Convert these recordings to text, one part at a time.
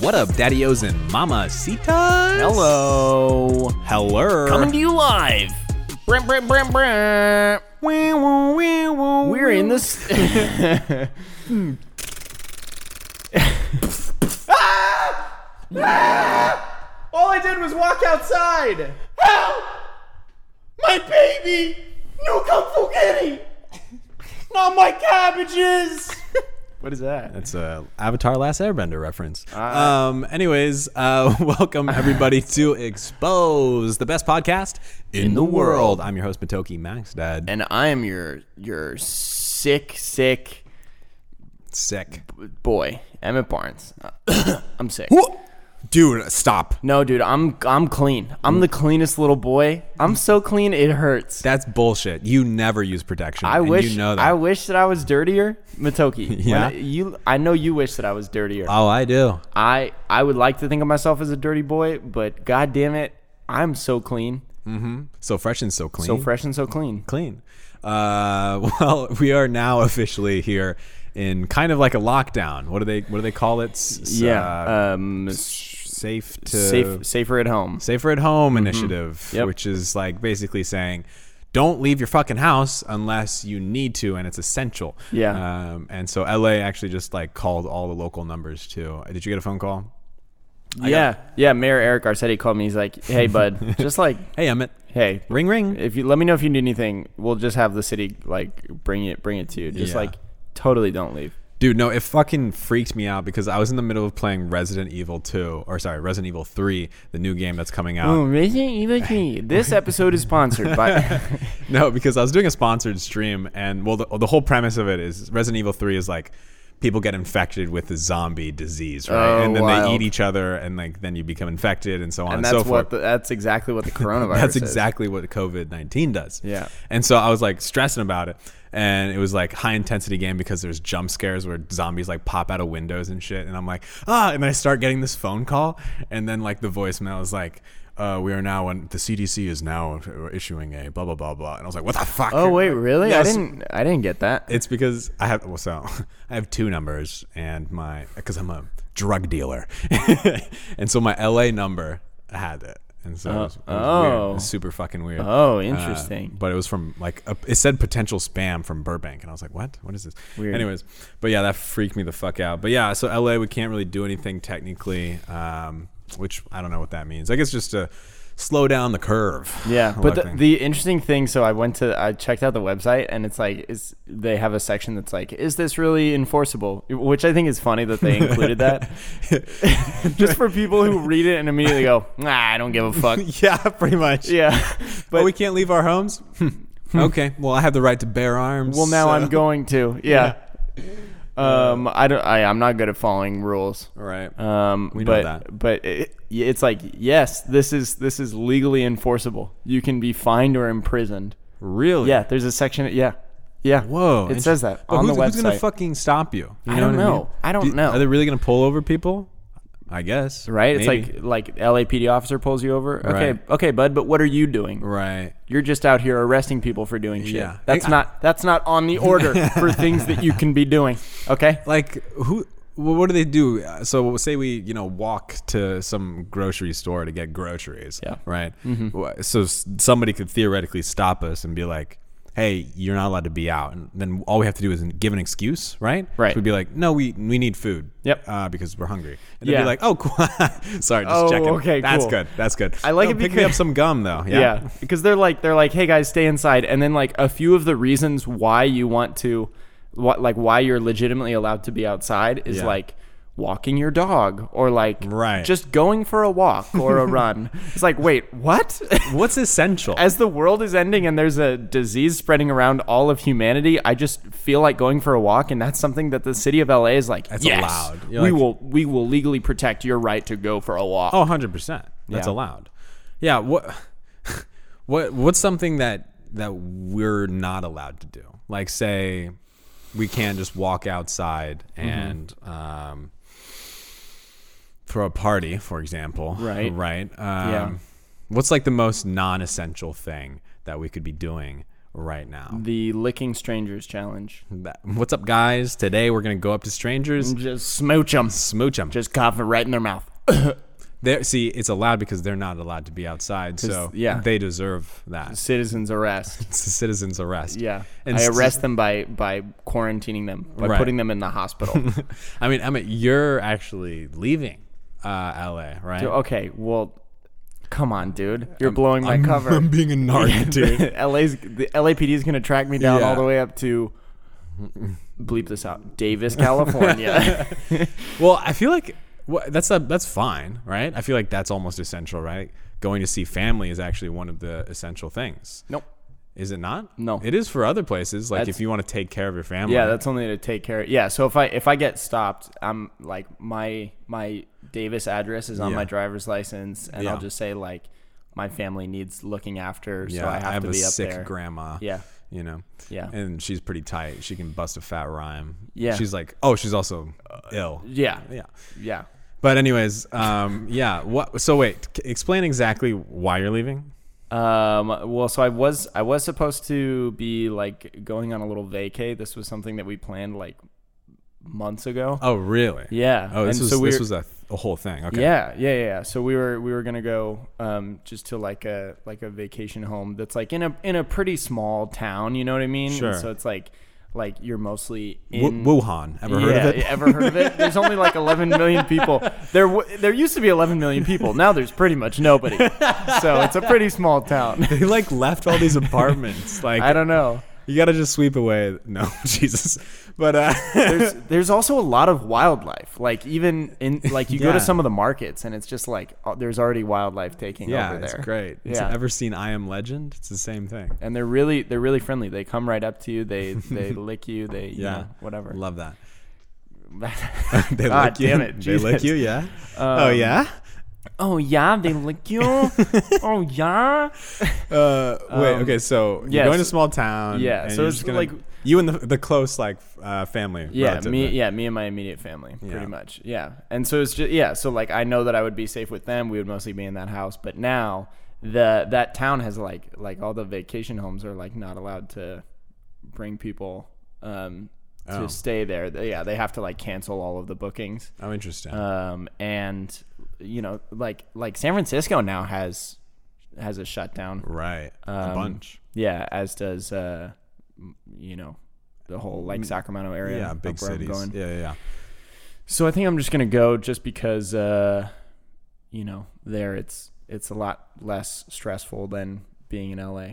What up, daddios and mamacitas? Hello. Hello. Coming to you live. Brim, brim, brim, brim. We're We're in this. All I did was walk outside. my baby! No Kung Fu Kitty! Not my cabbages! what is that? That's a Avatar Last Airbender reference. Uh, um, anyways, uh, welcome everybody to Expose, the best podcast in, the, the world. world. I'm your host Matoki Max Dad. And I am your your sick, sick Sick. boy, Emmett Barnes. I'm sick. Dude, stop. No, dude, I'm I'm clean. I'm the cleanest little boy. I'm so clean it hurts. That's bullshit. You never use protection. I and wish you know that. I wish that I was dirtier, Matoki. when Yeah? I- you. I know you wish that I was dirtier. oh, I do. I I would like to think of myself as a dirty boy, but god damn it, I'm so clean, So fresh and so clean. so fresh and so clean. clean. Uh, well, we are now officially here in kind of like a lockdown. What do they What do they call it? S- uh, yeah, um, safe to safe safer at home. safer at home initiative, Yep. which is like basically saying. Don't leave your fucking house unless you need to and it's essential. Yeah. Um, and so LA actually just like called all the local numbers too. Did you get a phone call? yeah, yeah. Mayor Eric Garcetti called me. He's like, "Hey, bud, just like, Hey, Emmett. hey, Ring, ring. if you let me know if you need anything, we'll just have the city like bring it bring it to you. Just Yeah. like, totally don't leave. Dude, no, it fucking freaked me out because I was in the middle of playing Resident Evil 2, or sorry, Resident Evil 3, the new game that's coming out. Oh, Resident Evil 3. This episode is sponsored by. No, because I was doing a sponsored stream, and well, the, the whole premise of it is Resident Evil 3 is like people get infected with the zombie disease, right? Oh, and then they wild. eat each other, and like then you become infected, and so on and and, that's so forth. what the, that's exactly what the coronavirus. That's is. exactly what COVID 19 does. Yeah. And so I was like stressing about it. And it was like high intensity game because there's jump scares where zombies like pop out of windows and shit. And I'm like, ah. And then I start getting this phone call. And then like the voicemail is like, uh, we are now, and the CDC is now issuing a blah, blah, blah, blah. And I was like, what the fuck? Oh wait, really? Yes. I didn't. I didn't get that. It's because I have well, so I have two numbers and my because I'm a drug dealer, and so my LA number had it, and so it was, it was weird. It was oh. super fucking weird. Oh, Uh, interesting. but it was from like a, it said potential spam from Burbank, and I was like, what? What is this? Weird. Anyways, but yeah, that freaked me the fuck out. But yeah, so LA we can't really do anything technically, um, which I don't know what that means. I guess just to slow down the curve. Yeah, but the, Luckily. the interesting thing. So I went to I checked out the website, and it's like is they have a section that's like, is this really enforceable? Which I think is funny that they included that, just for people who read it and immediately go, nah, I don't give a fuck. yeah, pretty much. Yeah, But but we can't leave our homes. Hmm. okay. Well, I have the right to bear arms. well now so- I'm going to. Yeah. Um, I don't. I, I'm not good at following rules. All right. Um, We know but, that. But it, it's like, yes, this is this is legally enforceable. You can be fined or imprisoned. really? Yeah, there's a section. Yeah, yeah. Whoa. it inter- says that But on who's, the website. Who's gonna fucking stop you? You I don't what know. I don't know. Are they really gonna pull over people? I guess. right? It's Maybe. like like LAPD officer pulls you over. Okay, Right. okay, bud. But what are you doing? Right. You're just out here arresting people for doing shit. Yeah. That's I- not that's not on the order for things that you can be doing. Okay. Like who? Well, what do they do? Uh, So say we, you know, walk to some grocery store to get groceries. Yeah. Mm-hmm. Right. Wh- So s- somebody could theoretically stop us and be like. Hey, you're not allowed to be out, and then all we have to do is give an excuse, right? Right. So we'd be like, "No, we we need food. Yep. Uh, because we're hungry." And they'd Yeah. be like, "Oh, cool. sorry, just Oh, checking. okay, that's cool. good. That's good. I like No, it Pick me because- up some gum, though. Yeah. because they're like they're like, hey guys, stay inside, and then like a few of the reasons why you want to, what like why you're legitimately allowed to be outside is Yeah. like walking your dog or like Right. just going for a walk or a run. It's like wait, what? What's essential? As the world is ending and there's a disease spreading around all of humanity, I just feel like going for a walk, and that's something that the city of LA is like. That's yes, allowed. You're We like- will we will legally protect your right to go for a walk. Oh, 100%. That's Yeah. allowed. Yeah, what what what's something that that we're not allowed to do? Like say we can just walk outside Mm-hmm. and um throw a party, for example. Right. Right. Um what's like the most non-essential thing that we could be doing right now. The licking strangers challenge. That- What's up, guys? Today we're gonna go up to strangers, Just smooch them. smooch them. Mm. Just cough it right in their mouth. They're, see, it's allowed because they're not allowed to be outside, so yeah. they deserve that. Citizens arrest. It's a citizen's arrest. Yeah, and I st- arrest them by by quarantining them by Right. putting them in the hospital. I mean, Emmett, you're actually leaving uh, LA, right? okay, well, come on, dude, you're blowing my cover. I'm being a narc, dude. LA's the LAPD is gonna track me down Yeah. all the way up to bleep this out, Davis, California. well, I feel like wha that's a, that's fine, right? I feel like that's almost essential, right? Going to see family is actually one of the essential things. nope. Is it not? No. It is for other places. Like That's- if you want to take care of your family. Yeah, that's only to take care. of Yeah, so if I if I get stopped, I'm like my my Davis address is on Yeah. my driver's license, and Yeah. I'll just say like my family needs looking after, so yeah. I have, to a be up sick there. grandma. Yeah. You know. Yeah. And she's pretty tight. She can bust a fat rhyme. Yeah. She's like, oh, she's also ill. yeah, Yeah. yeah. But anyways, um, yeah. What? So wait, c- explain exactly why you're leaving. Um, well, so I was I was supposed to be like going on a little vacay. This was something that we planned like months ago. Oh, really? Yeah. Oh, this and was so we this were- was a, th- a whole thing. Okay. Yeah, yeah, yeah, yeah. So we were we were gonna go um, just to like a like a vacation home that's like in a in a pretty small town. You know what I mean? And Sure. So it's like like you're mostly in. W- Wuhan. Ever heard yeah, of it? ever heard of it? There's only like 11 million people. There, w- there used to be 11 million people. Now there's pretty much nobody. So it's a pretty small town. They like left all these apartments. Like I don't know. you gotta just sweep away. No, Jesus. But uh, There's, there's also a lot of wildlife. Like even in like you go Yeah. to some of the markets and it's just like oh, there's already wildlife taking yeah, over there. it's great. Yeah. It's, ever seen I Am Legend? It's the same thing. and they're really they're really friendly. They come right up to you. They they lick you. They you Yeah. know, whatever. Love that. they God damn it! They lick Jesus. you. Yeah. oh Um, yeah. Oh yeah, they lick you. oh yeah. Uh, wait. um, okay. So you're yeah, going to a so- small town. yeah, and so you're it's just gonna- like- you and the the close like f- uh, family. Yeah, relative, me right? yeah me and my immediate family Yeah. pretty much. Yeah, and so it's just yeah. So like I know that I would be safe with them. We would mostly be in that house, but now the that town has like like all the vacation homes are like not allowed to bring people um to Oh. stay there. They- Yeah, they have to like cancel all of the bookings. Oh, interesting. um, and you know, like like San Francisco now has has a shutdown. right. a um, bunch. Yeah, as does uh, m- you know the whole like Sacramento area. Yeah, up big where I'm cities. going. Yeah, yeah, yeah. So I think I'm just gonna go just because uh, you know there it's it's a lot less stressful than being in LA.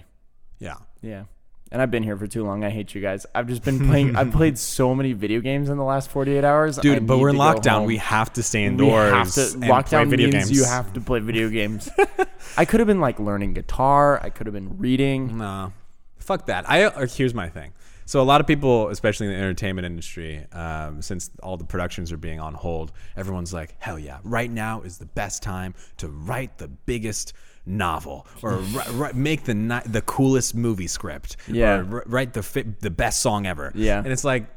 Yeah. Yeah. And I've been here for too long. I hate you guys. I've just been playing. I've played so many video games in the last 48 hours. I Dude, but need we're in to go lockdown. home. We have to stay We indoors. have to, and play lockdown video means games. you have to play video games. I could have been like learning guitar. I could have been reading. No, fuck that. I uh, here's my thing. So a lot of people, especially in the entertainment industry, um, since all the productions are being on hold, everyone's like, "Hell yeah! Right now is the best time to write the biggest novel, or ri- ri- make the ni- the coolest movie script, Yeah. or ri- write the fi- the best song ever." Yeah. and it's like,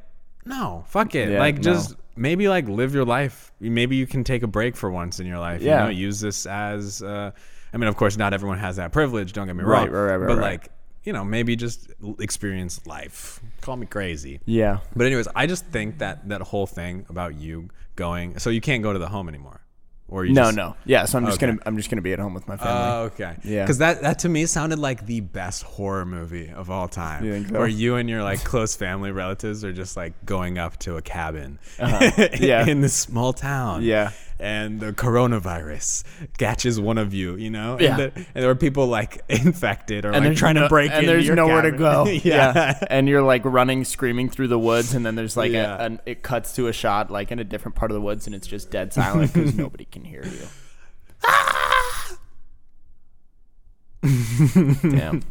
no, fuck it. Yeah, like no. just maybe like live your life. Maybe you can take a break for once in your life. Yeah. you know? use this as. Uh, I mean, of course, not everyone has that privilege. Don't get me wrong. Right, right, right, right, But right. like, you know, maybe just l- experience life. Call me crazy. Yeah. But anyways, I just think that that whole thing about you going, so you can't go to the home anymore, or you No, just, no. Yeah. So I'm just Okay. gonna I'm just gonna be at home with my family. Oh, okay. Yeah. Because that, that to me sounded like the best horror movie of all time. You think so? Where you and your like close family relatives are just like going up to a cabin Uh-huh. Yeah. in this small town. Yeah. And the coronavirus catches one of you, you know? Yeah. And, the, and there were people like infected or like there's trying no- to break in. and there's your nowhere to cabin. go. yeah. and you're like running, screaming through the woods, and then there's like Yeah. a, an, it cuts to a shot like in a different part of the woods, and it's just dead silent because nobody can hear you. Ah! Damn,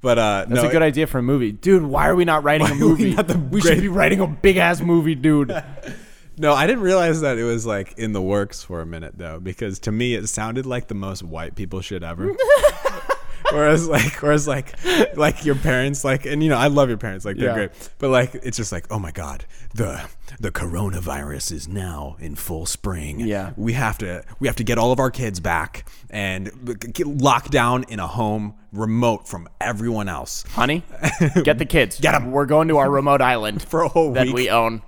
But uh, that's no, a good idea for a movie, dude. Why are we not writing a are we movie? not the we should great- be writing a big ass movie, dude. No, I didn't realize that it was like in the works for a minute though, because to me it sounded like the most white people shit ever. whereas like whereas like like your parents like and you know I love your parents like they're Yeah. great, but like it's just like oh my god the the coronavirus is now in full spring. Yeah. we have to we have to get all of our kids back and get locked down in a home remote from everyone else Honey, get the kids. Get 'em. We're going to our remote island for a whole that week. we own.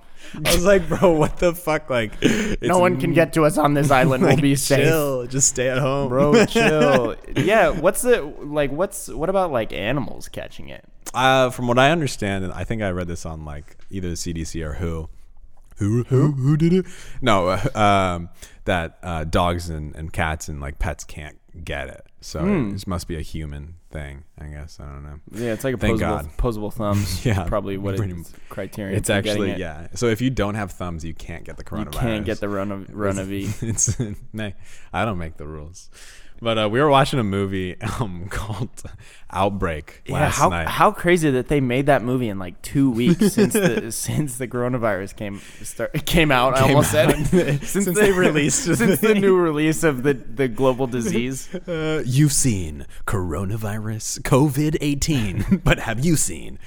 I was like, bro, what the fuck? Like, it's No one can get to us on this island. We'll be safe. chill. Just stay at home, Bro, chill. Yeah, what's the like? What's what about like animals catching it? Uh, from what I understand, and I think I read this on like either the CDC or WHO. Who who who did it? No, uh, um, that uh, dogs and, and cats and like pets can't get it. So Hmm. this must be a human thing, I guess. I don't know. Yeah, it's like a Thank posable, God. posable thumbs. Yeah, probably what pretty it's criterion. It's for getting actually it. yeah. So if you don't have thumbs, you can't get the coronavirus. Can't get the run of run of E. it's nay, I don't make the rules. But uh, we were watching a movie um, called Outbreak Yeah, last how night. how crazy that they made that movie in like two weeks since the since the coronavirus came start, came out. I almost out. said Since they released the since the new release of the the global disease. Uh, you've seen coronavirus, COVID 18, but have you seen?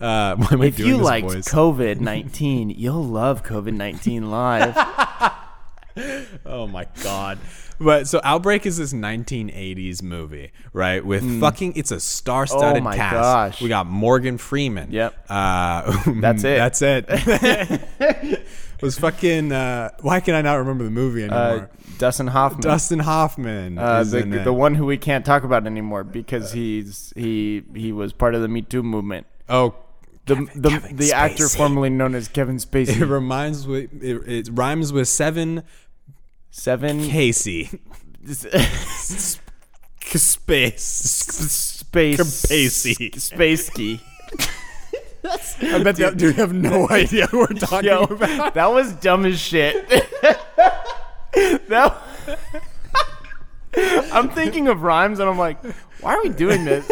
Uh, why am I If doing you this liked voice? COVID nineteen, you'll love COVID nineteen live. oh my god. But so Outbreak is this 1980s movie, right? With fucking, it's a star-studded Hmm. Oh my cast. gosh. We got Morgan Freeman. Yep. Uh, That's it. That's it. It was fucking. Uh, why can I not remember the movie Uh, anymore? Dustin Hoffman. Dustin Hoffman. Uh, is the, in it. Uh, the one who we can't talk about anymore because he's he he was part of the Me Too movement. Oh, The the, Kevin the actor Spacey. formerly known as Kevin it Spacey. reminds with it, it rhymes with seven Seven Casey. space Space. space Spacey. Spacey. I bet that dude have no idea what we're talking Yo, that was dumb as shit. that. I'm thinking of rhymes and I'm like, why are we doing this?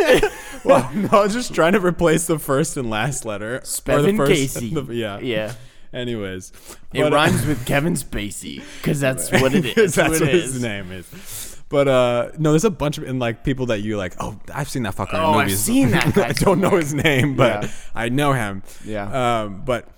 Well, no, I was just trying to replace the first and last letter. Or the Spevin first- Casey. the- yeah. Yeah. Anyways. It but, uh, rhymes with Kevin Spacey because that's what it is. that's what what it is. his name is. But uh, no, there's a bunch of and like people that you like. Oh, I've seen that fucker. in Oh, I've movies. seen that guy I don't know his name, but Yeah. I know him. Yeah. Um, but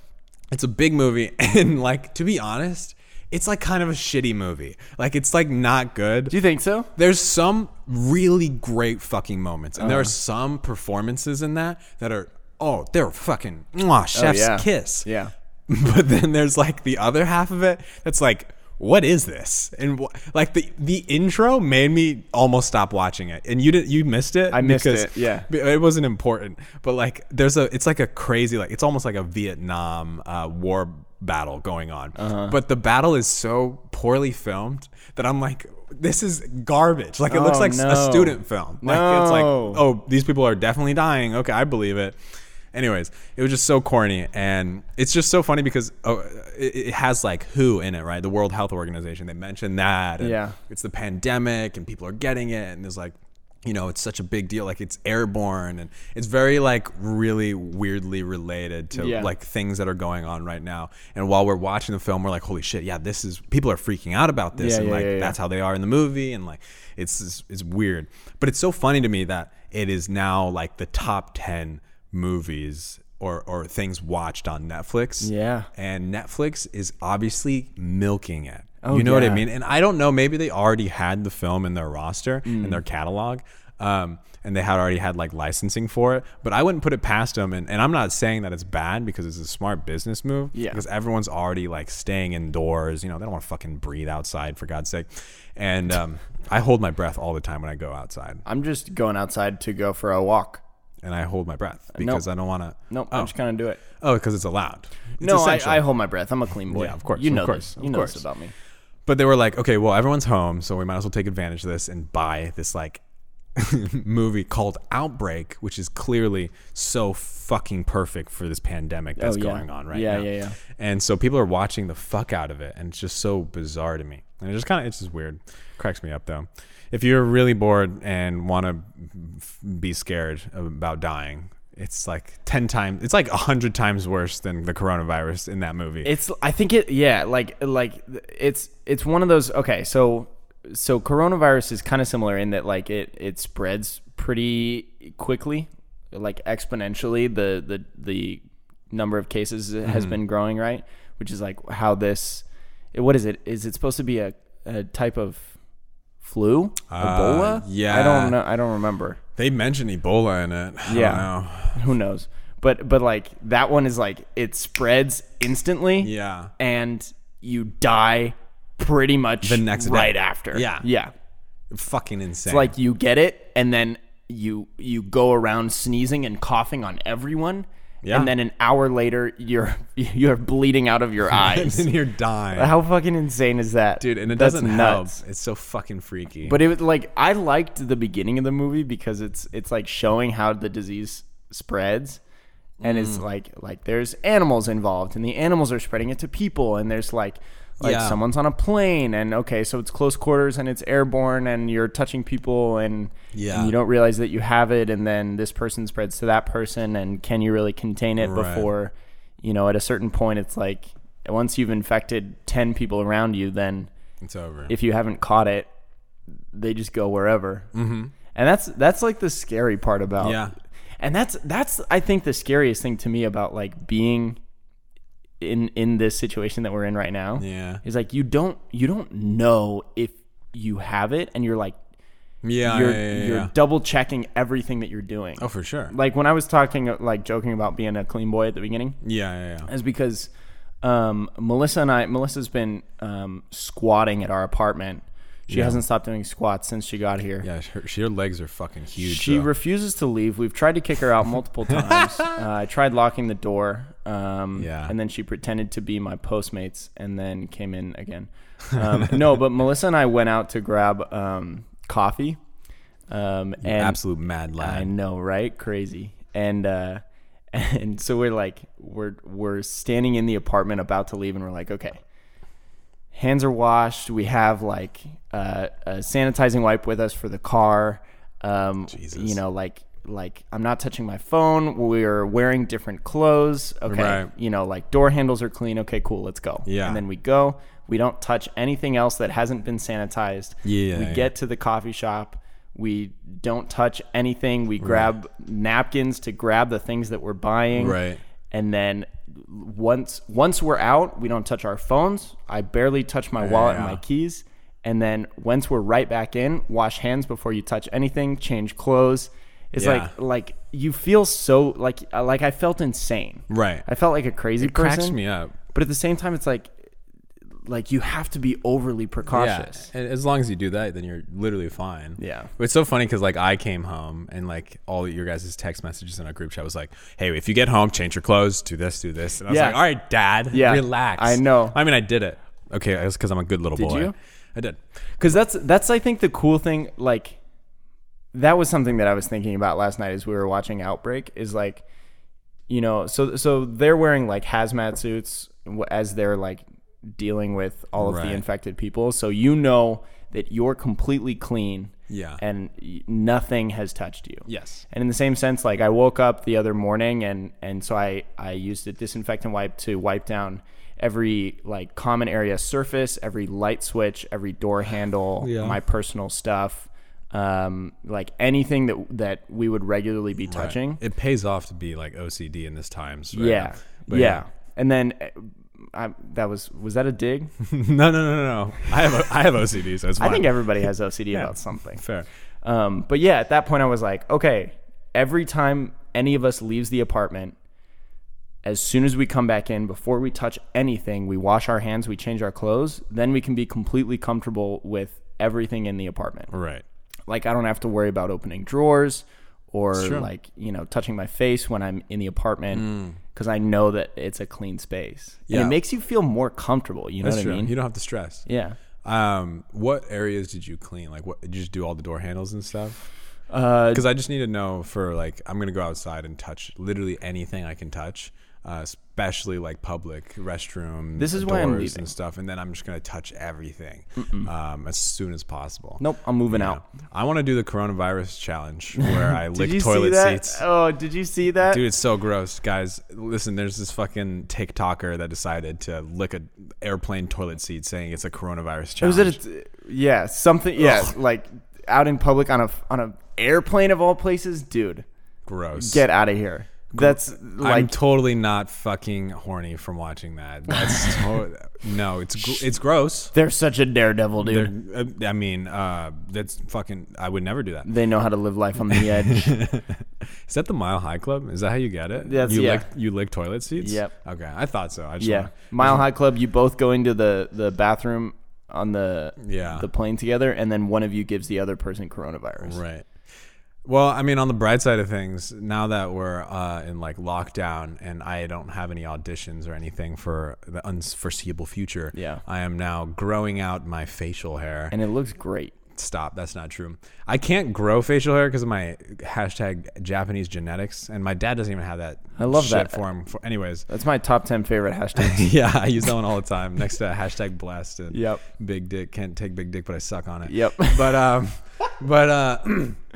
it's a big movie, and like to be honest, it's like kind of a shitty movie. Like it's like not good. Do you think so? There's some really great fucking moments, and there are Uh-huh. some performances in that that are oh they're fucking mwah, chef's Oh, yeah. kiss. Yeah. But then there's like the other half of it that's like what is this? And wh- like the the intro made me almost stop watching it. And you didn't you missed it? I missed it, yeah. b- It wasn't important. But like there's a it's like a crazy like it's almost like a Vietnam uh, war battle going on. Uh-huh. But the battle is so poorly filmed that I'm like this is garbage. Like it looks Oh, like no. a student film. Like it's like No. oh these people are definitely dying. Okay, I believe it. Anyways, it was just so corny, and it's just so funny because oh, it, it has like WHO in it, right? The World Health Organization. They mentioned that. and Yeah. It's the pandemic, and people are getting it, and there's like, you know, it's such a big deal. Like it's airborne, and it's very like really weirdly related to Yeah. like things that are going on right now. And while we're watching the film, we're like, holy shit, yeah, this is people are freaking out about this, Yeah, and yeah, like yeah, yeah. that's how they are in the movie, and like it's it's- it's weird, but it's so funny to me that it is now like the top ten movies or or things watched on Netflix. Yeah. and Netflix is obviously milking it. Oh, you know what I yeah. mean? And I don't know. Maybe they already had the film in their roster Mm. in their catalog. Um, and they had already had like licensing for it, but I wouldn't put it past them. And, and I'm not saying that it's bad because it's a smart business move. Yeah. Because everyone's already like staying indoors. You know, they don't want to fucking breathe outside for God's sake. And um, I hold my breath all the time when I go outside, I'm just going outside to go for a walk. and I hold my breath because I don't want to. Nope, Oh, I'm just gonna do it. oh, because it's allowed. It's no, I, essential. I hold my breath. I'm a clean boy. Yeah, of course, You of know course, this. of You know course. this about me. But they were like, okay, well, everyone's home, so we might as well take advantage of this and buy this like movie called Outbreak, which is clearly so fucking perfect for this pandemic that's Oh, yeah. going on right Yeah, now. yeah, yeah. And so people are watching the fuck out of it, and it's just so bizarre to me. And it just kind of it's just weird. Cracks me up though. If you're really bored and want to be scared about dying. It's like ten times. It's like hundred times worse than the coronavirus in that movie. It's. I think it. Yeah. Like. Like. It's. It's one of those. Okay. So. So coronavirus is kind of similar in that like it it spreads pretty quickly, like exponentially. The the the number of cases has Mm-hmm. been growing, right? Which is like how this. What is it? Is it supposed to be a, a type of flu? Uh, Ebola? I yeah. don't know. I don't remember. They mentioned Ebola in it. I Yeah. Don't know. Who knows? But but like that one is like it spreads instantly. Yeah. and you die pretty much the next day. right after. Yeah. Yeah. Fucking insane. It's like you get it and then you you go around sneezing and coughing on everyone. Yeah. And then an hour later you're you're bleeding out of your and eyes. then you're dying. How fucking insane is that? Dude, and it That's doesn't nuts. help. It's so fucking freaky. But it was like I liked the beginning of the movie because it's it's like showing how the disease spreads. And Mm. it's like like there's animals involved and the animals are spreading it to people and there's like like Yeah. someone's on a plane and okay, so it's close quarters and it's airborne and you're touching people and, Yeah. and you don't realize that you have it and then this person spreads to that person and can you really contain it Right. before you know at a certain point it's like once you've infected 10 people around you then it's over. if you haven't caught it, they just go wherever. Mm-hmm. And that's that's like the scary part about Yeah. And that's that's I think the scariest thing to me about like being in in this situation that we're in right now yeah. is like you don't you don't know if you have it and you're like Yeah. you're yeah, yeah, you're yeah. double checking everything that you're doing. oh, for sure. Like when I was talking like joking about being a clean boy at the beginning, yeah. Yeah. Yeah. is because um, Melissa and I, Melissa's been um, squatting at our apartment. She hasn't stopped doing squats since she got here. Yeah. Her, she- her legs are fucking huge. She though. refuses to leave. We've tried to kick her out multiple times. uh, I tried locking the door. Um, Yeah. And then she pretended to be my Postmates and then came in again. Um, no, but Melissa and I went out to grab um, coffee. Um, and Absolute mad I lad. know, right? Crazy. And uh and so we're like we're we're standing in the apartment about to leave and we're like, okay. Hands are washed. We have like uh, a sanitizing wipe with us for the car. Um Jesus. you know, like like I'm not touching my phone. We're wearing different clothes. Okay. Right. You know, like door handles are clean. Okay, cool. Let's go. Yeah. And then we go. We don't touch anything else that hasn't been sanitized. Yeah, We yeah. get to the coffee shop. We don't touch anything. We grab napkins to grab the things that we're buying. Right. And then once once we're out, we don't touch our phones. I barely touch my wallet and yeah. my keys. And then once we're right back in, wash hands before you touch anything, change clothes. It's Yeah. like like you feel so like like I felt insane. Right. I felt like a crazy person. Cracks me up. But at the same time it's like like you have to be overly precautious. Yeah, and as long as you do that, then you're literally fine. Yeah. But it's so funny because like I came home and like all your guys' text messages in our group chat was like, "Hey, if you get home, change your clothes, do this, do this." And I was Yeah. like, "All right, Dad, Yeah. relax." I know. I mean, I did it. Okay, it was because I'm a good little boy. you? I did. Cause that's that's I think the cool thing. Like, that was something that I was thinking about last night as we were watching Outbreak. Is like, you know, so so they're wearing like hazmat suits w- as they're like dealing with all of Right. the infected people. So you know that you're completely clean. Yeah. And y- nothing has touched you. Yes. And in the same sense, like I woke up the other morning and and so I I used a disinfectant wipe to wipe down every like common area surface, every light switch, every door handle, Yeah. my personal stuff, um, like anything that that we would regularly be touching. It pays off to be like OCD in this times. right Yeah. now. Yeah. And then uh, I, that was was that a dig? no, no, no, no, no. I have a, I have OCD, so it's fine. I think everybody has OCD about something. fair. Um, but yeah, at that point, I was like, okay, every time any of us leaves the apartment, as soon as we come back in, before we touch anything, we wash our hands, we change our clothes, then we can be completely comfortable with everything in the apartment. Right. Like, I don't have to worry about opening drawers or like, you know, touching my face when I'm in the apartment because I know that it's a clean space. And Mm. Yeah. it makes you feel more comfortable. You know That's what true. I mean? You don't have to stress. yeah. Um, what areas did you clean? Like, what did you just do all the door handles and stuff? Uh, Because I just need to know for like, I'm gonna go outside and touch literally anything I can touch, uh, especially like public restroom. This is why I'm doors leaving. and stuff, and then I'm just gonna touch everything um, as soon as possible. nope, I'm moving out. I want to do the coronavirus challenge where I Did lick you toilet see that? seats. Oh, did you see that? Dude, it's so gross, guys. Listen, there's this fucking TikToker that decided to lick a Oh, airplane toilet seat, saying it's a coronavirus challenge. Was it? A, yeah, something. Yeah, like out in public on a on a airplane of all places, dude. Gross. Get out of here. That's I'm like totally not fucking horny from watching that. That's to- no, it's gr- it's gross. they're such a daredevil, dude. They're- uh, I mean, uh, that's fucking. I would never do that. they know how to live life on the edge. Is that the Mile High Club? Is that how you get it? That's- you yeah. lick you lick toilet seats. Yep. Okay, I thought so. I just yeah, wanna- Mile High Club. You both go into the the bathroom on the Yeah. the plane together, and then one of you gives the other person coronavirus. Right. Well, I mean, on the bright side of things, now that we're uh, in like lockdown and I don't have any auditions or anything for the unforeseeable future, Yeah. I am now growing out my facial hair. And it looks great. Stop, that's not true. I can't grow facial hair because of my hashtag Japanese genetics, and my dad doesn't even have that. I love shit that. for him. For, anyways, That's my top ten favorite hashtag. yeah, I use that one all the time. Next to hashtag blessed and Yep. big dick can't take big dick, but I suck on it. Yep. But um, but uh,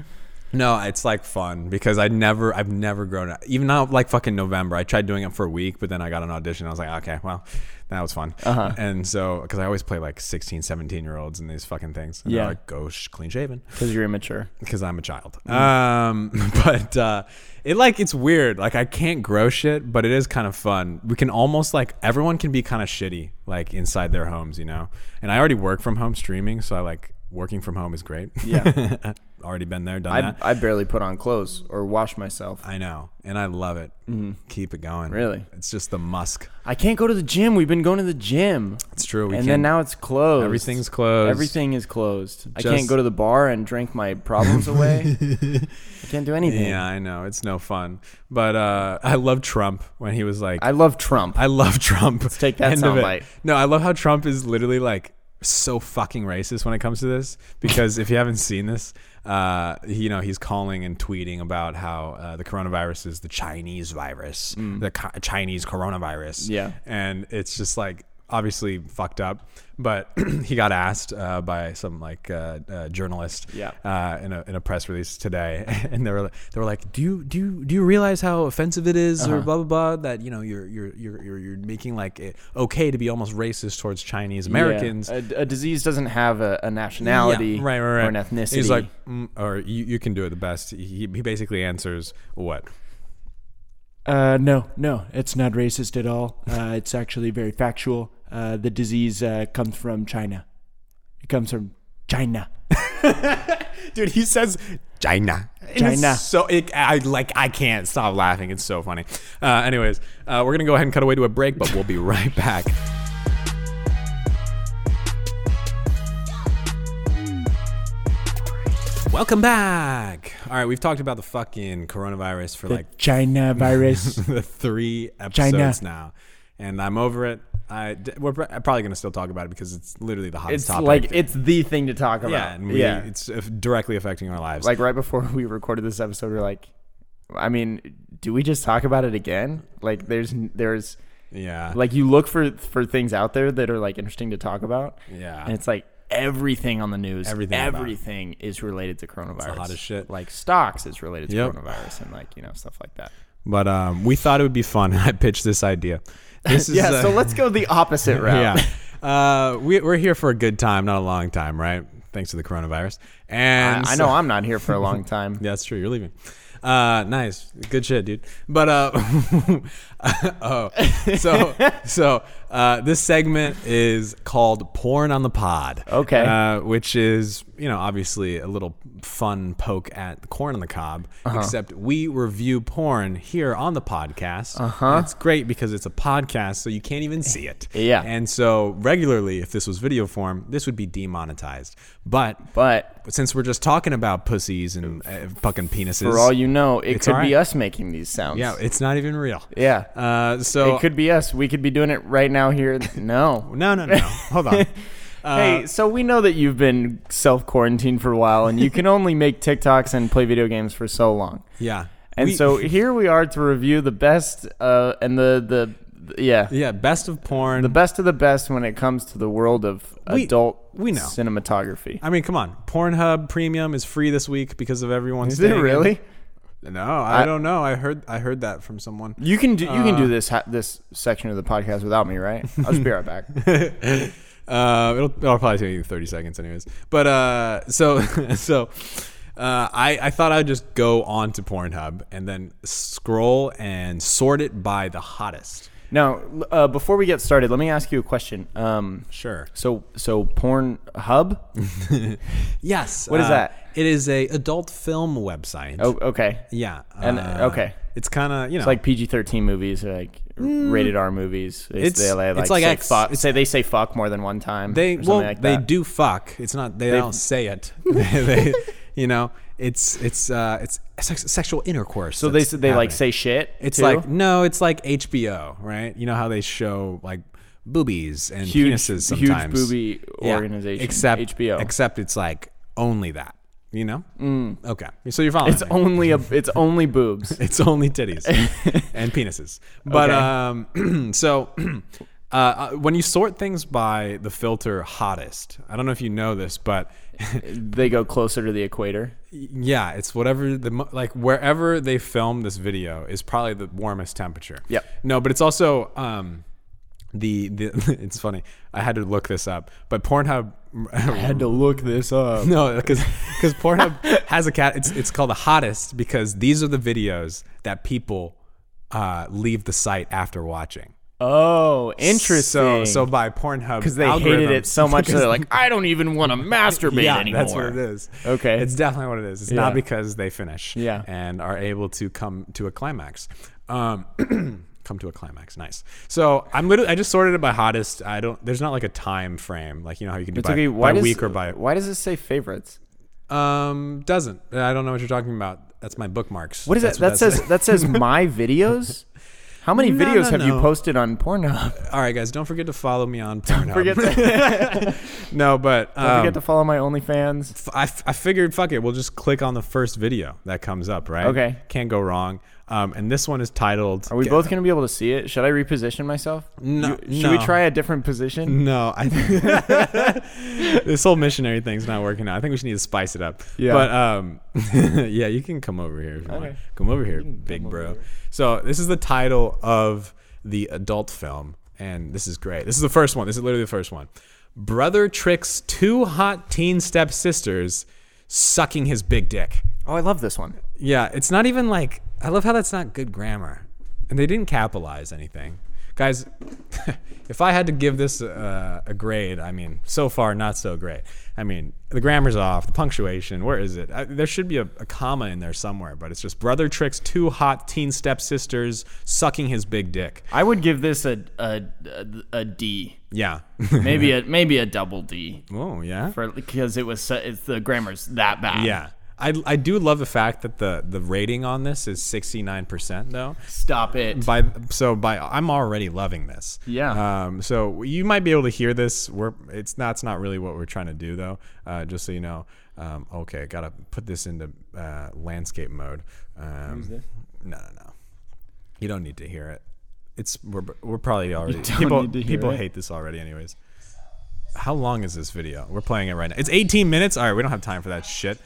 no, it's like fun because I never, I've never grown up. Even now, like fucking November, I tried doing it for a week, but then I got an audition. I was like, okay, well, that was fun. Uh-huh. And so, because I always play like 16, 17 year olds in these fucking things. And they're Yeah. like, go sh- clean shaven because you're immature. because I'm a child. Um, but uh, it like it's weird. Like I can't grow shit, but it is kind of fun. We can almost like everyone can be kind of shitty like inside their homes, you know. And I already work from home streaming, so I like working from home is great. Yeah. already been there, done I that. I barely put on clothes or wash myself. I know, and I love it. Keep it going. Mm-hmm. Really? it's just the musk. I can't go to the gym. We've been going to the gym. It's true. We and can, then now it's closed. everything's closed. Everything is closed. I Just- can't go to the bar and drink my problems away. I can't do anything. Yeah, I know. It's no fun. But uh, I love Trump when he was like, I love Trump. I love Trump. Let's take that soundbite. No, I love how Trump is literally like so fucking racist when it comes to this because if you haven't seen this, uh, you know he's calling and tweeting about how uh, the coronavirus is the Chinese virus, the co- Chinese coronavirus. Mm. Yeah. and it's just like obviously fucked up. But he got asked uh, by some like uh, uh, journalist Yeah. uh, in a in a press release today, and they were they were like, "Do you do you, do you realize how offensive it is Uh-huh. or blah blah blah that you know you're you're you're you're, you're making like it okay to be almost racist towards Chinese Americans." Yeah. A, a disease doesn't have a, a Yeah, nationality right, right, right. or an ethnicity. He's like, mm, or you, you can do it the best. He, he basically answers what? Uh, no, no, it's not racist at all. Uh, it's actually very factual. Uh, the disease uh, comes from China. It comes from China. Dude, he says China. And it's China. So it, I like I can't stop laughing. It's so funny. Uh, anyways, uh, we're gonna go ahead and cut away to a break, but we'll be right back. Welcome back. All right, we've talked about the fucking coronavirus for like China virus. the three China. episodes now, and I'm over it. I d- we're pr- probably gonna still talk about it because it's literally the hottest it's topic. like it's the thing to talk about. yeah, and we, yeah. it's uh, directly affecting our lives. like right before we recorded this episode, we are like, I mean, do we just talk about it again? Like, there's there's yeah, like you look for for things out there that are like interesting to talk about. Yeah. and it's like everything on the news, Everything everything, about it. everything is related to coronavirus. the hottest shit. Like stocks is related to Yep. coronavirus and like you know stuff like that. But um, we thought it would be fun. I pitched this idea. This is yeah, uh, so let's go the opposite route. yeah. Uh, we, we're here for a good time, not a long time, right? Thanks to the coronavirus. And I, I know I'm not here for a long time. Yeah, that's true. You're leaving. Uh, nice, good shit, dude. But uh, oh, so so uh, this segment is called "Porn on the Pod." Okay. uh, which is you know obviously a little fun poke at the corn on the cob. Uh-huh. Except we review porn here on the podcast. Uh Uh-huh. huh. It's great because it's a podcast, so you can't even see it. Yeah. And so regularly, if this was video form, this would be demonetized. But But but since we're just talking about pussies and uh, fucking penises, for all you know, it it's could alright. be us making these sounds. yeah, it's not even real. Yeah. Uh, so it could be us. We could be doing it right now here. No. no, no, no. Hold on. Uh, hey, so we know that you've been self quarantined for a while and you can only make TikToks and play video games for so long. Yeah. And We- so here we are to review the best uh, and the, the, the- yeah, yeah, best of porn. the best of the best when it comes to the world of We- adult we know. cinematography. I mean, come on. Pornhub Premium is free this week because of everyone's. Is it really? No, I, I- don't know. I heard I heard that from someone. You Uh. can do you can do this ha- this section of the podcast without me, right? I'll just be right back. uh, Uh, it'll, it'll probably take me 30 seconds, anyways. But uh, so so uh, I I thought I'd just go on to Pornhub and then scroll and sort it by the hottest. Now, uh, before we get started, let me ask you a question. Um, Sure. so, so Pornhub? Yes. uh, What is that? It is a adult film website. Oh, okay. yeah. uh, and- okay. It's kind of you know It's like PG thirteen movies, or like rated R movies. They, It's- they, Mm. like, it's like say X- fuck- it's- say they say fuck more than one time. They or something well, like they that. do fuck. It's not they don't say it. they, you know, it's it's uh, it's sex, sexual intercourse. So they they like say shit. it's too? like no, it's like HBO, right? You know how they show like boobies and Huge- penises huge sometimes. booby organization, Except HBO. Except it's like only that. You know? Okay. So you're following. Mm. it's me. only a it's only boobs. It's only titties and penises. But Okay. um, so uh, uh, when you sort things by the filter hottest, I don't know if you know this, but they go closer to the equator. yeah, it's whatever the mo- like wherever they film this video is probably the warmest temperature. Yep. No, but it's also um, the the it's funny. I had to look this up, but Pornhub. had to look this up. No, because because Pornhub has a cat. It's it's called the hottest because these are the videos that people uh, leave the site after watching. Oh, So interesting. so by Pornhub because they hated it so much, that they're like, I don't even want to masturbate yeah, anymore. that's what it is. Okay. it's definitely what it is. It's Yeah. not because they finish. Yeah. and are able to come to a climax. Um, come to a climax. Nice. So I'm literally I just sorted it by hottest. I don't. There's not like a time frame. Like you know how you can do It's by, okay, why by does, week or by why does it say favorites? Um, doesn't. I don't know what you're talking about. That's my bookmarks. What is that? That's That says that says my videos. How many No, videos no, have you no. posted on Pornhub? All right, guys, don't forget to follow me on Pornhub. Forget to, no, but um, forget to follow my OnlyFans. f- I, f- I figured, fuck it, we'll just click on the first video that comes up, right? Okay. Can't go wrong. Um, and this one is titled. Are we Get- both gonna be able to see it? Should I reposition myself? No, You- should we no. try a different position? No, I this whole missionary thing's not working out. I think we should need to spice it up. Yeah. But um, yeah, you can come over here if you want. Okay. Come over here, big bro. So this is the title of the adult film, and this is great. This is the first one. This is literally the first one. Brother tricks two hot teen stepsisters sucking his big dick. Oh, I love this one. Yeah, it's not even like I love how that's not good grammar, and they didn't capitalize anything. Guys, if I had to give this uh, a grade, I mean, so far not so great. I mean, the grammar's off, the punctuation. Where is it? I, there should be a, a comma in there somewhere, but it's just brother tricks two hot teen stepsisters sucking his big dick. I would give this a a a, a D, Yeah. maybe a maybe a double D, oh yeah. for because it was so- it's the grammar's that bad. Yeah. I, I do love the fact that the, the rating on this is 69% though. Stop it. by so by I'm already loving this. Yeah. Um. So you might be able to hear this. We're it's not it's not really what we're trying to do though. Uh, just so you know. Um. Okay. Gotta put this into uh, landscape mode. Um, No, no, no. You don't need to hear it. It's we're we're probably already people need to hear people it. hate this already anyways. How long is this video? We're playing it right now. It's 18 minutes. All right, we don't have time for that shit.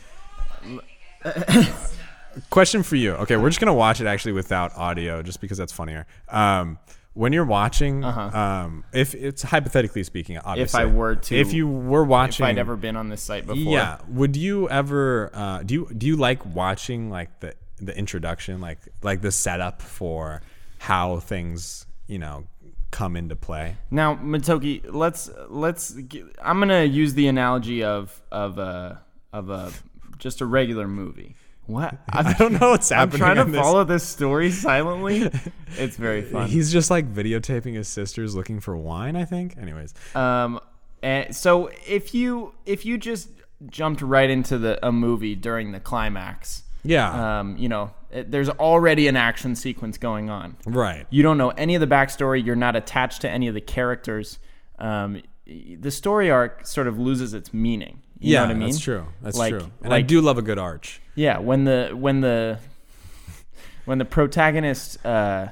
Question for you. Okay, we're just gonna watch it actually without audio, just because that's funnier. Um, when you're watching, um, if it's hypothetically speaking, obviously, Uh-huh. were to- if you were watching, I'd ever been on this site before. yeah, would you ever? Uh, do you do you like watching like the the introduction, like like the setup for how things you know come into play? Now, Matoki, let's let's. g- I'm gonna use the analogy of of a of a just a regular movie. What? I'm, I don't know what's I'm happening. trying to on this. follow this story silently. it's very fun. He's just like videotaping his sisters looking for wine. I think. Anyways, Um, and so if you if you just jumped right into the a movie during the climax, yeah, um, you know, it, there's already an action sequence going on. right. You don't know any of the backstory. You're not attached to any of the characters. Um, y- the story arc sort of loses its meaning. You yeah, know what I mean? that's true. That's Like- true. And I like- do love a good arch. Yeah, when the when the when the protagonist uh,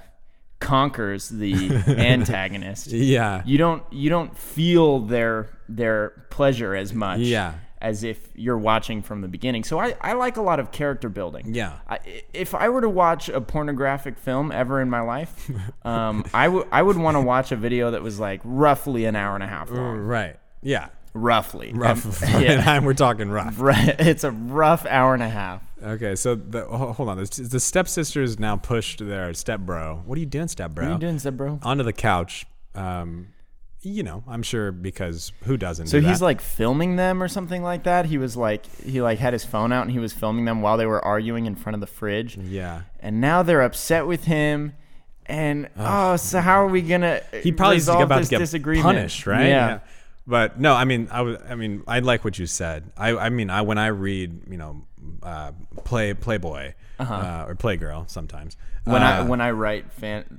conquers the antagonist, Yeah. you don't you don't feel their their pleasure as much. Yeah. As if you're watching from the beginning. So I, I like a lot of character building. Yeah. I, if I were to watch a pornographic film ever in my life, um, I would I would want to watch a video that was like roughly an hour and a half long. Right. Yeah. roughly. Mm. Rough. Um, yeah. and we're talking rough. Right. It's a rough hour and a half. Okay, so the, ho- hold on. The, the stepsisters now pushed their stepbro. What are you doing, stepbro? What are you doing, Zeb, bro? Onto the couch. Um, you know, I'm sure because who doesn't? So do he's that? like filming them or something like that. He was like he like had his phone out and he was filming them while they were arguing in front of the fridge. yeah. And now they're upset with him. And oh, so how are we gonna? He probably is resolve about this to get disagreement? punished, right? Yeah. But no, I mean, I was, I mean, I like what you said. I, I mean, I when I read, you know, uh, play Playboy uh, or Playgirl sometimes. Uh-huh. When uh, I when I write fan,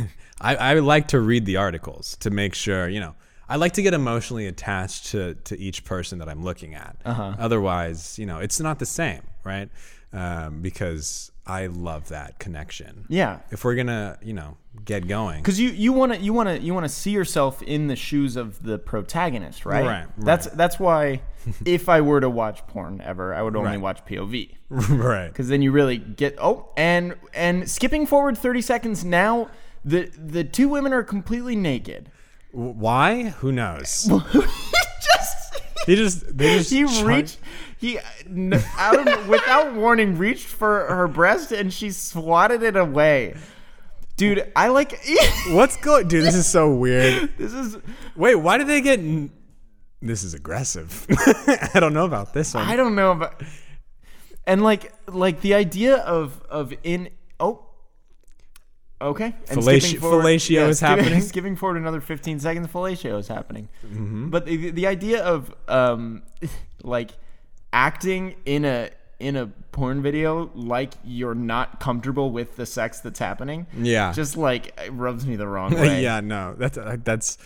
I, I like to read the articles to make sure, you know, I like to get emotionally attached to, to each person that I'm looking at. Uh-huh. Otherwise, you know, it's not the same, right? Um, because I love that connection. yeah, If we're going to, you know, get going. because you you want to you want to you want to see yourself in the shoes of the protagonist, right? Right, right. That's that's why if I were to watch porn ever, I would only Right. watch POV. right. because then you really get oh and and skipping forward 30 seconds now the the two women are completely naked W- Why? Who knows? just they just, they just, he chug- reached he uh, n- out of, without warning reached for her breast and she swatted it away dude i like What's going, dude? This is so weird. this is Wait, why did they get? N- this is aggressive. I don't know about this one. i don't know about and like like the idea of of in oh Okay. And Fellatio- skipping forward- fellatio is skipping- happening. Skipping forward another 15 seconds, fellatio is happening. Mm-hmm. But the, the idea of um, like acting in a in a porn video like you're not comfortable with the sex that's happening, Yeah. just like it rubs me the wrong way. yeah, no, that's uh, that's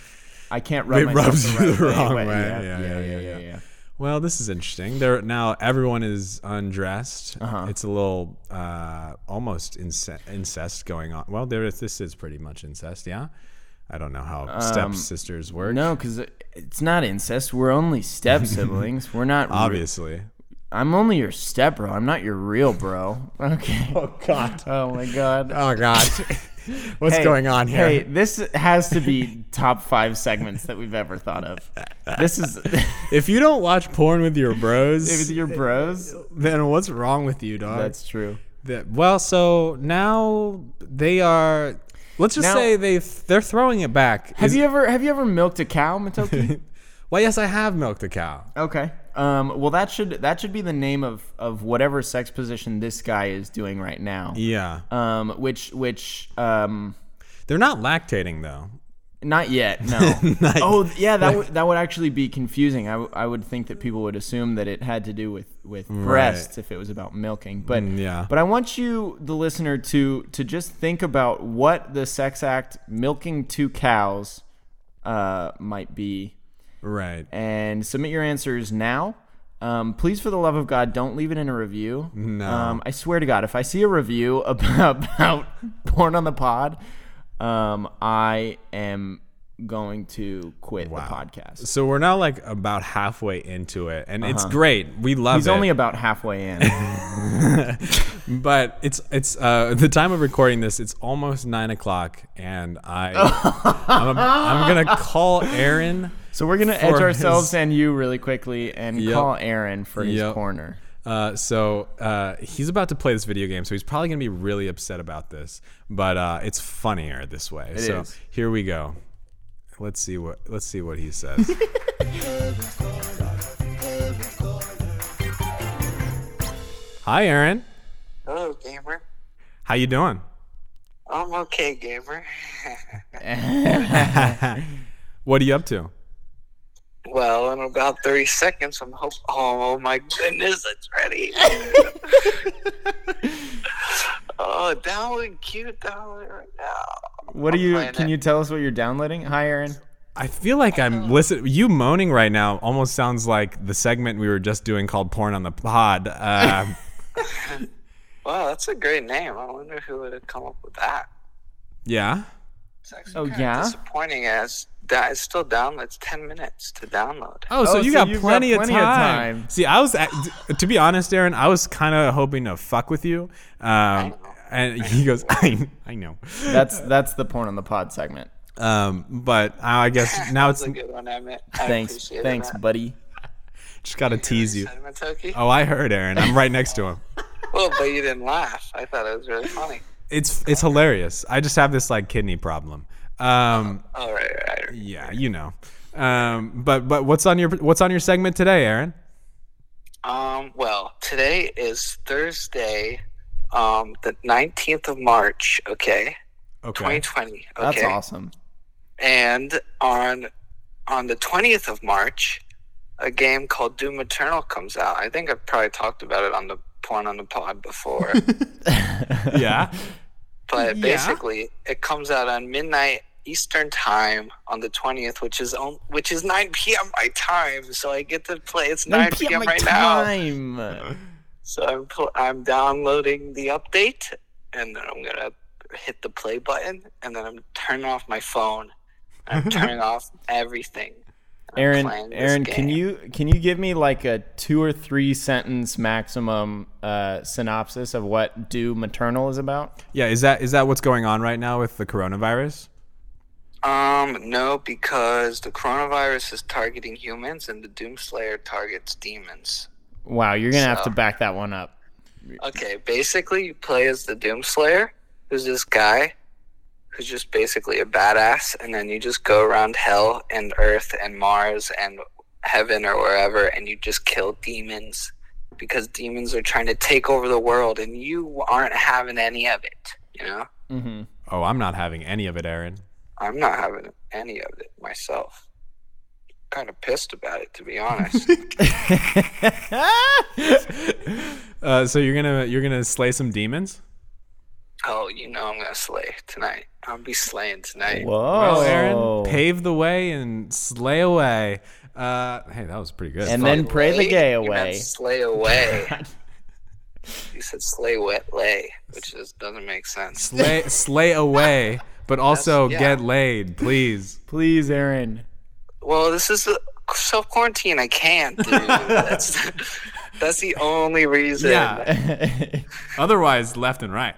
I can't rub It myself rubs the, you the right wrong way. way. Yeah, Yeah, yeah, yeah, yeah, yeah, yeah, yeah. Well, this is interesting. There now everyone is undressed. Uh-huh. It's a little uh, almost ince- incest going on. Well, there is, this is pretty much incest. Yeah, I don't know how step sisters work. Um, No, because it's not incest. We're only step siblings. We're not. Re- Obviously. I'm only your step bro. I'm not your real bro. Okay. Oh God. Oh my god. Oh God. What's going on here? Hey, this has to be top five segments that we've ever thought of. This is If you don't watch porn with your bros, maybe your bros. then what's wrong with you, dog? That's true. That- well, so now they are. Let's just Now- say they they're throwing it back. Have Is- you ever have you ever milked a cow, Matoki? Well, yes, I have milked a cow. okay. Um, well, that should that should be the name of of whatever sex position this guy is doing right now. Yeah, Um, which which um, they're not lactating though. not yet. No. oh yeah, that would that would actually be confusing. I, w- I would think that people would assume that it had to do with with breasts if it was about milking. But Mm, yeah. But I want you, the listener, to to just think about what the sex act milking two cows uh, might be, Right. and submit your answers now. Um, please, for the love of God, don't leave it in a review. No. Um, I swear to God, if I see a review about, about porn on the pod, um, I am going to quit the podcast. So we're now like about halfway into it, and it's great. We love Uh-huh. He's it. only about halfway in. but it's it's uh, the time of recording this. It's almost nine o'clock, and I I'm, I'm gonna call Aaron. so we're gonna edge For ourselves his- and you really quickly and Yep. call Aaron for his Yep. corner. Uh, so uh, he's about to play this video game, so he's probably gonna be really upset about this. But uh, it's funnier this way. so is. here we go. Let's see what let's see what he says. Hi, Aaron. Hello, gamer. How you doing? I'm okay, gamer. What are you up to? well, in about 30 seconds, I'm hope. Oh my goodness, it's ready. oh, download cute download right now. What do you? playing Can it. you tell us what you're downloading? Hi, Aaron. I feel like I'm listen. You moaning right now almost sounds like the segment we were just doing called "Porn on the Pod." Uh, Wow, that's a great name. I wonder who would have come up with that. yeah. It's actually Oh, kinda yeah? disappointing as that it's still download. It's 10 minutes to download. Oh, so Oh, you so got, you've got plenty plenty of of time. time. See, I was at- to be honest, Aaron. I was kind of hoping to fuck with you. Um, know. and he goes, I, I know. That's that's the porn on the pod segment. Um, but I I guess now That's it's a good one, Emmett. I Thanks, appreciate thanks, that. buddy. just gotta tease you. Cinnamon Toki? Oh, I heard Aaron. I'm right next to him. Well, but you didn't laugh. I thought it was really funny. It's it's hilarious. I just have this like kidney problem. Um, All right, all right. yeah, you know. Um, but but what's on your what's on your segment today, Aaron? Um, well, today is Thursday, um, the 19th of March, okay? Okay. 2020. Okay. That's awesome. And on on the 20th of March, a game called Doom Eternal comes out. I think I've probably talked about it on the Porn on the Pod before. Yeah. but Yeah. basically, it comes out on midnight Eastern time on the 20th, which is on, which is 9 p.m. my time. So I get to play. It's 9, p.m. my right now. time. So I'm pl- I'm downloading the update, and then I'm gonna hit the play button, and then I'm turning off my phone. I'm turning off everything. and I'm playing Aaron, this Aaron, can game. you can you give me like a two or three sentence maximum uh, synopsis of what Do Maternal is about? Yeah, is that is that what's going on right now with the coronavirus? Um, no, because the coronavirus is targeting humans, and the Doomslayer targets demons. Wow, you're gonna have to So- back that one up. Okay, basically, you play as the Doomslayer, who's this guy who's just basically a badass, and then you just go around hell and earth and Mars and heaven or wherever, and you just kill demons because demons are trying to take over the world, and you aren't having any of it, you know? hmm Oh, I'm not having any of it, Aaron. I'm not having any of it myself. Kind of pissed about it, to be honest. Uh, so you're gonna you're gonna slay some demons? oh, you know I'm gonna slay tonight. I'll be slaying tonight. Well, Whoa, Aaron, Oh. pave the way and slay away. Uh, hey, that was pretty good. and then pray the Lay? gay You meant away. slay away. you said slay wet lay, which just doesn't make sense. slay, slay away, but also yeah. get laid, please. Please, Aaron. Well, this is self quarantine. I can't, dude. that's, that's the only reason. Yeah. Otherwise, left and right.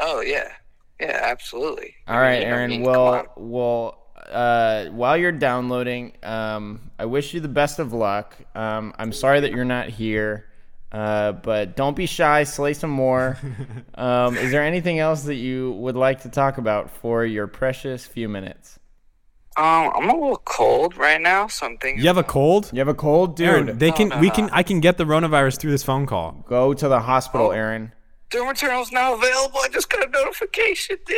Oh yeah, yeah, absolutely. All right, You know me, Aaron. come Well, on. well, uh, while you're downloading, um, I wish you the best of luck. Um, I'm sorry that you're not here, uh, but don't be shy. Slay some more. Um, is there anything else that you would like to talk about for your precious few minutes? um, I'm a little cold right now, so I'm thinking. You have a cold, You have a cold, dude. Aaron. They can no, we no. can I can get the coronavirus through this phone call. Go to the hospital, Aaron. Doom Eternal's now available. I just got a notification, dude.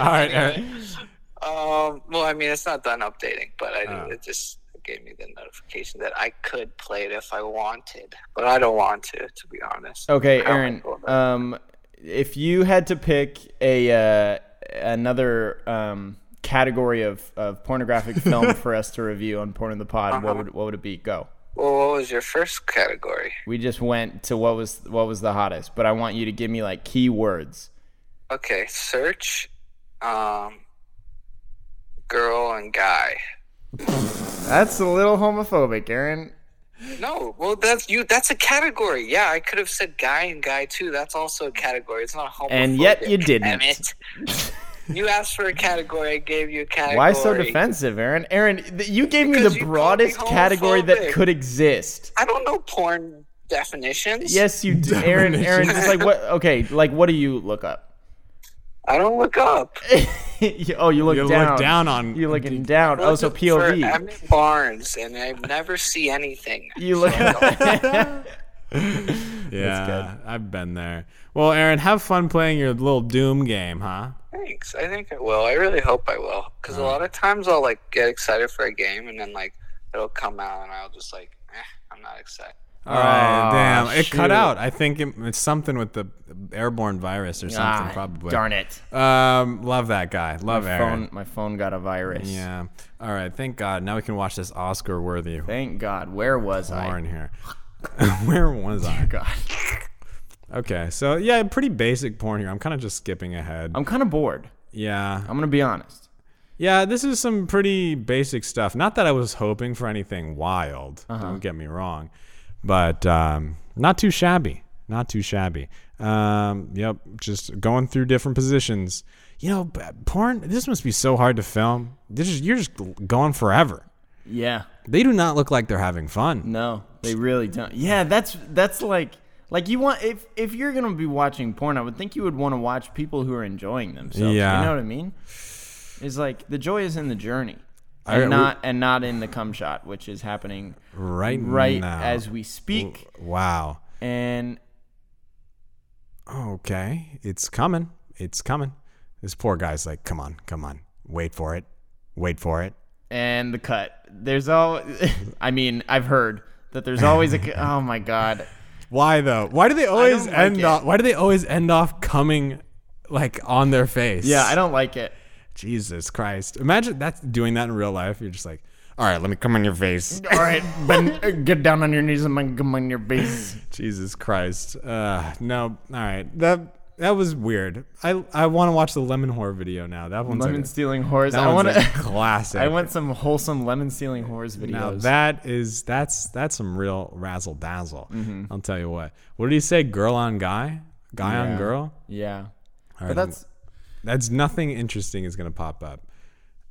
All right, Aaron. um, well, I mean, it's not done updating, but I Ah. it just gave me the notification that I could play it if I wanted, but I don't want to, to be honest. Okay, How am I Aaron. cool about Um, if you had to pick a uh, another um, category of, of pornographic film for us to review on Porn in the Pod, what Uh-huh. would what would it be? Go. Well, what was your first category? We just went to what was what was the hottest, but I want you to give me like key words. Okay, search, um, girl and guy. That's a little homophobic, Aaron. No, well, that's you. That's a category. Yeah, I could have said guy and guy too. That's also a category. It's not homophobic. And yet you didn't. Damn it. you asked for a category. I gave you a category. Why so defensive, Aaron? Aaron, th- you gave me Because the you called me broadest category that homophobic. could exist. I don't know porn definitions. Yes, you did, Aaron. Aaron, just like what? Okay, like what do you look up? I don't look up. You- oh, you look You down. look down on. You're looking down. Oh, so POV. I'm in Barnes, and I never see anything. you look. yeah, I've been there. Well, Aaron, have fun playing your little Doom game, huh? Thanks. I think I will. I really hope I will. Because Uh-huh. a lot of times I'll like get excited for a game, and then like it'll come out, and I'll just like, eh, I'm not excited. All right, Aw, damn, it cut shoot. out. I think it, it's something with the airborne virus or something, Ah, probably. Darn it. Um, love that guy. Love Aaron. Phone, my phone got a virus. Yeah. All right. Thank God. Now we can watch this Oscar-worthy Thank God. Where was I? porn here. Where was I? God. Okay. So yeah, pretty basic porn here. I'm kind of just skipping ahead. I'm kind of bored. yeah. I'm gonna be honest. Yeah, this is some pretty basic stuff. Not that I was hoping for anything wild. Uh-huh. Don't get me wrong, but um, not too shabby. Not too shabby. Um, yep, just going through different positions. you know, b- porn. This must be so hard to film. This is, you're just gone forever. Yeah. They do not look like they're having fun. No, they really don't. Yeah, that's that's like like you want if if you're gonna be watching porn, I would think you would want to watch people who are enjoying themselves. Yeah. you know what I mean. It's like the joy is in the journey, I- and not and not in the cum shot, which is happening Right, right now. as we speak. Wow. And Okay, it's coming. It's coming. This poor guy's like, come on, come on, wait for it, wait for it. and the cut. There's all. I mean, I've heard that there's always a. cu- Oh my god. Why though? Why do they always like end it. off? Why do they always end off coming like on their face? Yeah, I don't like it. Jesus Christ! Imagine that's doing that in real life. You're just like, all right, let me come on your face. All right, Ben, uh, get down on your knees and come on your face. Jesus Christ! Uh, no, all right, that that was weird. I I want to watch the lemon horror video now. That one's Lemon like, stealing whores. that I one's want like to. classic. I want some wholesome lemon stealing whores videos. Now that is that's that's some real razzle dazzle. Mm-hmm. I'll tell you what. What did he say? Girl on guy, guy on Yeah. girl. yeah, right, but that's That's nothing interesting is gonna pop up.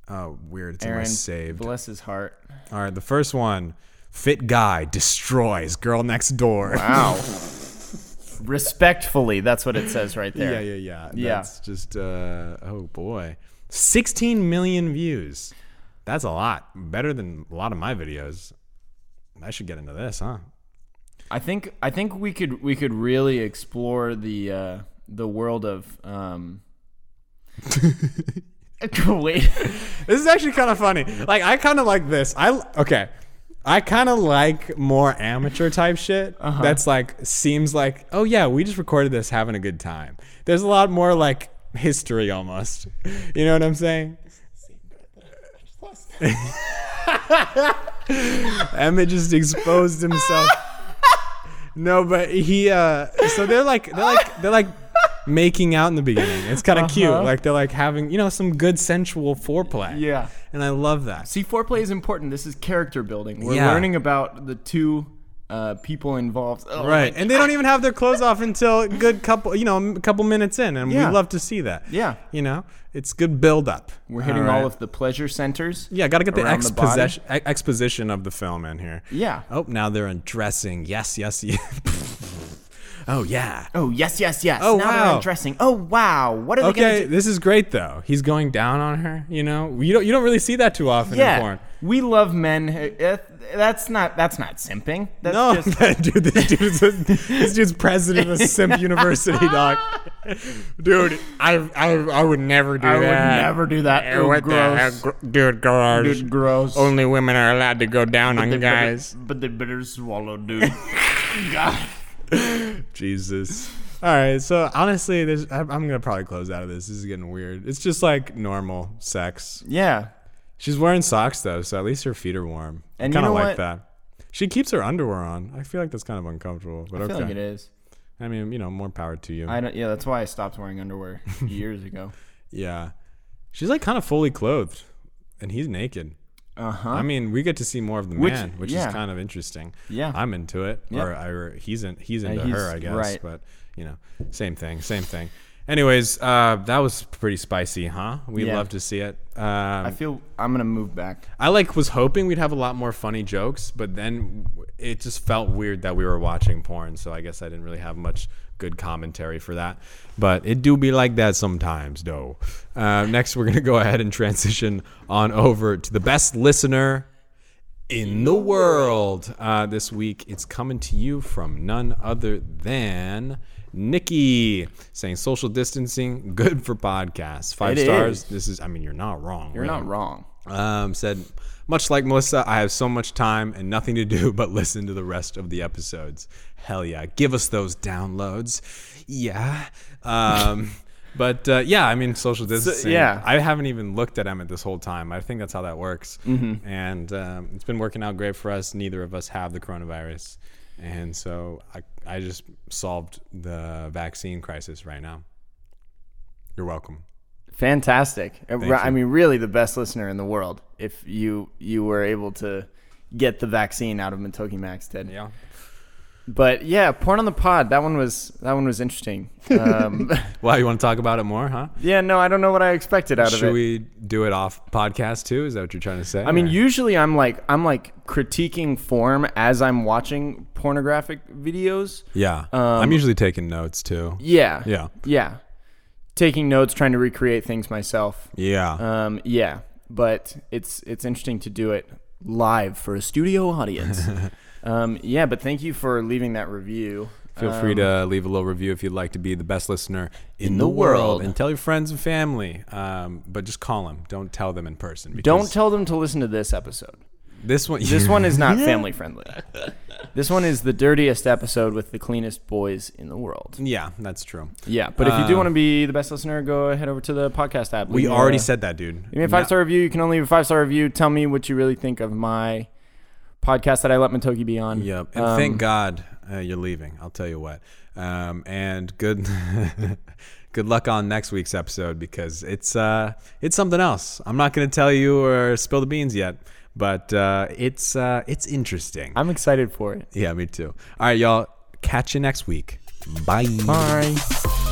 Oh, weird. It's in my Aaron. saved. Bless his heart. All right, the first one. Fit guy destroys girl next door. Wow. Respectfully, that's what it says right there. yeah, yeah, yeah. Yeah. That's just uh oh boy. 16 million views. That's a lot. Better than a lot of my videos. I should get into this, huh? I think I think we could we could really explore the uh, the world of. Um, wait. This is actually kind of funny. Like I kind of like this. I okay. I kind of like more amateur type shit. That's like seems like oh yeah, we just recorded this having a good time. There's a lot more like history almost. You know what I'm saying? Emmett just exposed himself. No, but he uh so they're like they're like they're like making out in the beginning. It's kind of cute. Like they're like having, you know, some good sensual foreplay. Yeah. And I love that. See, foreplay is important. This is character building. We're Yeah. learning about the two uh, people involved. Oh, Right. And they don't even have their clothes off until a good couple, you know, a couple minutes in and Yeah. we love to see that. Yeah. You know, it's good build up. We're hitting all of the pleasure centers. Yeah, got to get the, around the body. exposition e- exposition of the film in here. Yeah. Oh, now they're undressing. Yes, yes, yes. oh yeah. Oh yes, yes, yes. Oh, now wow. they're undressing. Oh wow. What are they Okay, gonna do? this is great though. He's going down on her. You know, you don't you don't really see that too often in Yeah, porn. we love men. who- eh, That's not that's not simping. That's No, just dude, this dude's a, this dude's president of Simp University, dog. Dude, I I I would never do I would that. never do that. Eh, Oh, what the heck, gross. gr- dude, garage. Dude, gross. Only women are allowed to go down They on better- guys. but they better swallow, dude. Jesus. All right, so honestly, there's, I'm I'm gonna probably close out of this. This is getting weird. It's just like normal sex. yeah, She's wearing socks though, so at least her feet are warm. And I kind you of know like what? that. She keeps her underwear on. I feel like that's kind of uncomfortable, but I okay. feel like it is. I mean, you know, more power to you. I don't. Yeah, that's why I stopped wearing underwear years ago. yeah, she's like kind of fully clothed, and he's naked. Uh huh. I mean, we get to see more of the Which- man, which yeah. is kind of interesting. Yeah. I'm into it, Yeah. Uh, or, I, or he's in, he's into he's- her, I guess. right. But you know, same thing, same thing. Anyways, uh, that was pretty spicy, huh? We Yeah. love to see it. Um, I feel I'm gonna move back. I like was hoping we'd have a lot more funny jokes, but then it just felt weird that we were watching porn. So I guess I didn't really have much good commentary for that. But it do be like that sometimes, though. Uh, next, we're gonna go ahead and transition on over to the best listener in the world uh, this week. It's coming to you from none other than Nikki saying social distancing good for podcasts. Five It stars. is. This is. I mean, you're not wrong. You're not wrong. Um, said, much like Melissa, I have so much time and nothing to do but listen to the rest of the episodes. Hell yeah. Give us those downloads. Yeah. Um, but uh, yeah, I mean, social distancing. yeah. I haven't even looked at Emmett this whole time. I think that's how that works. And um, it's been working out great for us. Neither of us have the coronavirus. And so I, I just solved the vaccine crisis right now. You're welcome. Fantastic. Uh, I mean, really, the best listener in the world. If you you were able to get the vaccine out of Matoki Maxted, Yeah. But yeah, porn on the pod. That one was that one was interesting. Um, Wow, you want to talk about it more, huh? yeah, no, I don't know what I expected out of Should it. we do it off podcast too? Is that what you're trying to say? I mean, or- usually I'm like I'm like critiquing form as I'm watching pornographic videos. yeah, Um, I'm usually taking notes too. Yeah. Yeah. Yeah. Taking notes, trying to recreate things myself. Yeah, Um, yeah, but it's it's interesting to do it live for a studio audience. um, yeah, but thank you for leaving that review. feel free to leave a little review if you'd like to be the best listener in, the, um, the world. world. and tell your friends and family. Um, but just call them. Don't tell them in person. Because Don't tell them to listen to this episode. this one. This one is not family friendly. This one is the dirtiest episode with the cleanest boys in the world. yeah, that's true. Yeah, but if you do Um, want to be the best listener, go ahead over to the podcast app. We Leave me already a- said that, dude. Give me a five star review. You can only leave a five star review. Tell me what you really think of my podcast that I let Matoki be on. Um, Yep. And thank God uh, you're leaving. I'll tell you what. Um, and good, good luck on next week's episode because it's uh, it's something else. I'm not going to tell you or spill the beans yet, but uh, it's uh, it's interesting. I'm excited for it. yeah, me too. All right, y'all. Catch you next week. Bye. Bye.